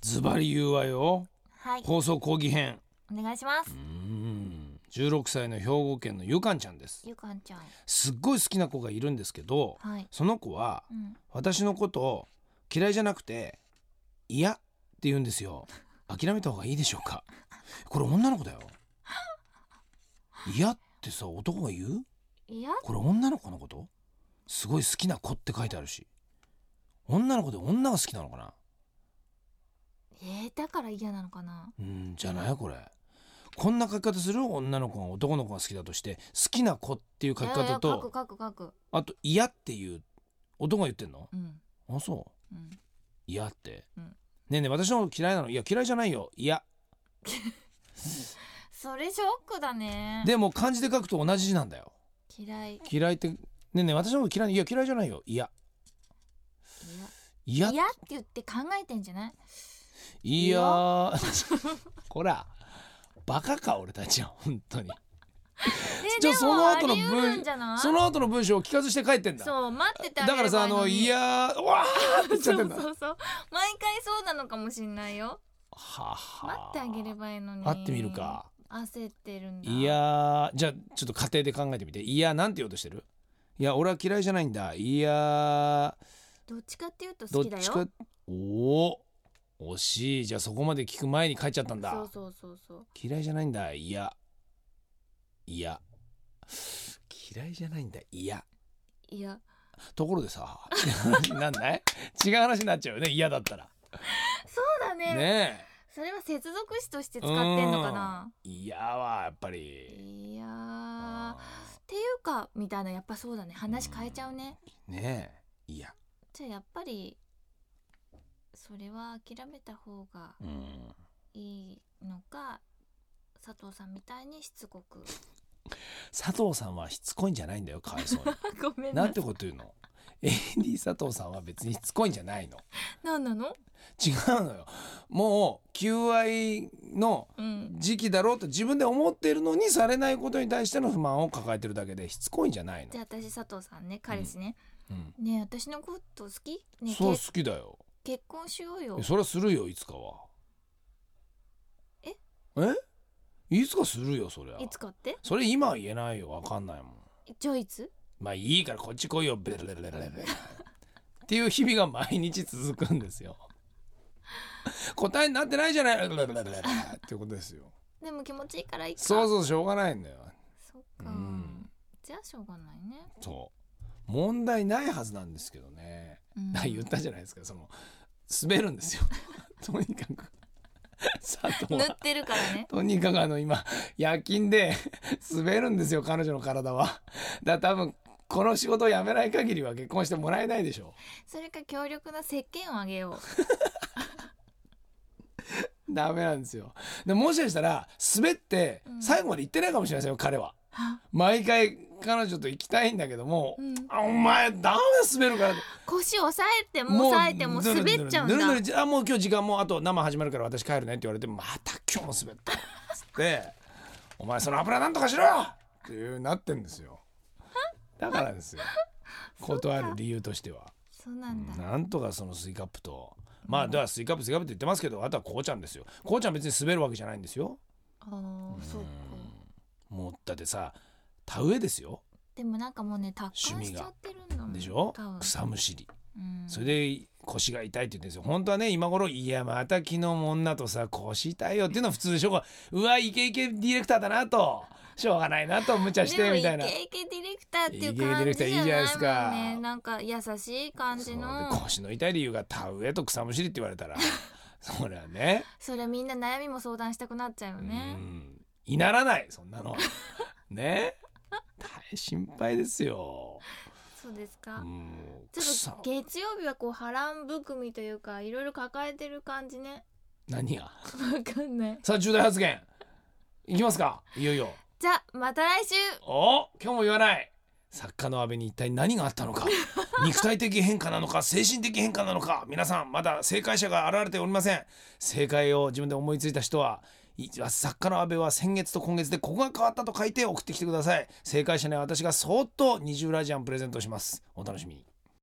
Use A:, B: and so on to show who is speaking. A: ズバリ言うわよ
B: はい、
A: 放送講義編
B: お願いします
A: う。ん16歳の兵庫県のゆかんちゃんです
B: ゆかんちゃん。
A: すっごい好きな子がいるんですけど
B: はい。
A: その子は
B: うん。
A: 私のことを嫌いじゃなくて嫌って言うんですよ諦めた方がいいでしょうかこれ女の子だよ嫌ってさ男が言う
B: いや、
A: これ女の子のことすごい好きな子って書いてあるし女の子で女が好きなのかな
B: えー、だから嫌なのかな。
A: うんじゃないこれこんな書き方する女の子が男の子が好きだとして好きな子っていう書き
B: いやいや
A: 方
B: 書く
A: と
B: 書く書く。
A: あと嫌っていう男が言ってんの
B: うん。
A: あそう
B: うん。
A: 嫌って、
B: うん
A: ねえねえ私のこと嫌いなのいや嫌いじゃないよいや
B: それショックだね。
A: でも漢字で書くと同じ字なんだよ
B: 嫌い。い
A: 嫌いってねえねえ私のこと嫌いいや嫌いじゃないよいやい
B: や
A: や
B: 嫌って言って考えてんじゃない。
A: いやーこらバカか俺たちは本当に
B: え
A: じゃあ
B: でも
A: その後の
B: あり
A: 文
B: 得るんじゃない
A: その後の文章を聞かずして書いてんだ
B: そう待っててあ
A: だか
B: げ
A: ら
B: れ
A: さ
B: ば
A: あ
B: いいの
A: の
B: に
A: いやーうわーって言っちゃってんだ
B: そうそうそう毎回そうなのかもしんないよ
A: はは
B: 待ってあげればいいのに
A: 会ってみるか
B: 焦ってるんだ
A: いやーじゃあちょっと家庭で考えてみていやなんて言おうとしてるいや俺は嫌いじゃないんだいや
B: どっちかっていうと
A: ーど
B: 好
A: っ
B: きだよ
A: ちかおお惜しいじゃあそこまで聞く前に書いちゃったんだ
B: そうそうそうそう
A: 嫌いじゃないんだいやいや嫌いじゃないんだいや
B: いや
A: ところで さなんだい違う話になっちゃうよね嫌だったら
B: そうだね
A: ねえ
B: それは接続詞として使ってんのかな
A: 嫌はやっぱり
B: いやーっていうかみたいなやっぱそうだね話変えちゃうね
A: ねえいや
B: じゃあやっぱりそれは諦めた方が
A: うん
B: いいのか佐藤さんみたいにしつこく
A: 佐藤さんはしつこいんじゃないんだよかわいそう
B: ごめ
A: に
B: ん
A: な
B: なさ
A: ん
B: い
A: てこと言うの AD 佐藤さんは別にしつこいんじゃないの
B: なんなの
A: 違うのよもう求愛の
B: うん
A: 時期だろうと自分で思っているのにされないことに対しての不満を抱えてるだけでしつこいんじゃないの
B: じゃ、あ私佐藤さんね彼氏ね、
A: うん
B: ねえ私のこと好きね
A: そう
B: え
A: 好
B: け
A: きだよ
B: 結婚しようよ
A: それはするよいつかは
B: え
A: えいつかするよそりゃ
B: いつかって
A: それ今は言えないよわかんないもん
B: じゃあいつ
A: まあいいからこっち来いよベルベルベルベルベルっていう日々が毎日続くんですよ答えになってないじゃないベルベルベルベルってことですよ
B: でも気持ちいいからいいか
A: そう
B: う
A: そうしょうがないんだよ
B: そっか、
A: うん
B: じゃあしょうがないね、
A: そう問題ないはずなんですけどね
B: うん
A: 言ったじゃないですかその滑るんですよ とにかく佐藤
B: 塗
A: は
B: ってるからね
A: とにかくあの今夜勤で 滑るんですよ彼女の体はだから多分この仕事を辞めない限りは結婚してもらえないでしょ
B: それか強力な石鹸をあげよ
A: う ダメなんですよでもしかしたら滑って
B: うん
A: 最後まで行ってないかもしれませんよ彼は
B: あ
A: 毎回彼女と行きたいんだけども、
B: う、うん、
A: あお前ダメ滑るからって
B: 腰押さえても押さえても
A: ぬるぬる
B: 滑っちゃうん
A: ぬる
B: だ
A: ぬるじゃあもう今日時間もうあと生始まるから私帰るねって言われてまた今日も滑ったっつってお前その油なんとかしろよっていうなってんですよだからですよ断る理由としては
B: そうなんだ、
A: なんとかそのスイカップとまあではスイカップスイカップって言ってますけどあとはこうちゃんですよこうちゃん別に滑るわけじゃないんですよ
B: ああそうか
A: もうだってさ田植えですよ
B: でもなんかもうね達観
A: 趣味
B: しち
A: が
B: ゃってるんだもん
A: でしょ
B: 多分
A: 草むしり
B: うん、
A: それで腰が痛いって言ってるんですよ本当はね今頃いやまた昨日も女とさ腰痛いよっていうのは普通でしょこううわイケイケディレクターだなとしょうがないなと無茶してみたいな
B: でもイケイケディレクターってい
A: イケイ
B: う
A: ケディ
B: 感
A: レ
B: じ
A: クタ
B: じ
A: ーい
B: ゃ
A: い
B: ないもん
A: じゃない
B: ね
A: ですか
B: なんか優しい感じ
A: そ
B: の
A: うで腰の痛い理由が田植えと草むしりって言われた らそりゃね
B: それみんな悩みも相談したくなっちゃうよね
A: うんいならないそんなの ね大変心配ですよ
B: そうです
A: う
B: か、
A: ん
B: ちょ
A: 草
B: っと月曜日はこう波乱含みというかいろいろ抱えてる感じね
A: 何が
B: わかんない
A: さあ重大発言いきますかいよいよ
B: じゃあまた来週
A: お今日も言わない作家の阿部に一体何があったのか肉体的変化なのか精神的変化なのか皆さんまだ正解者が現れておりません正解を自分で思いついた人はい作家の阿部は先月と今月でここが変わったと書いて送ってきてください正解者には私がそーっと二重ラジアンプレゼントしますお楽しみに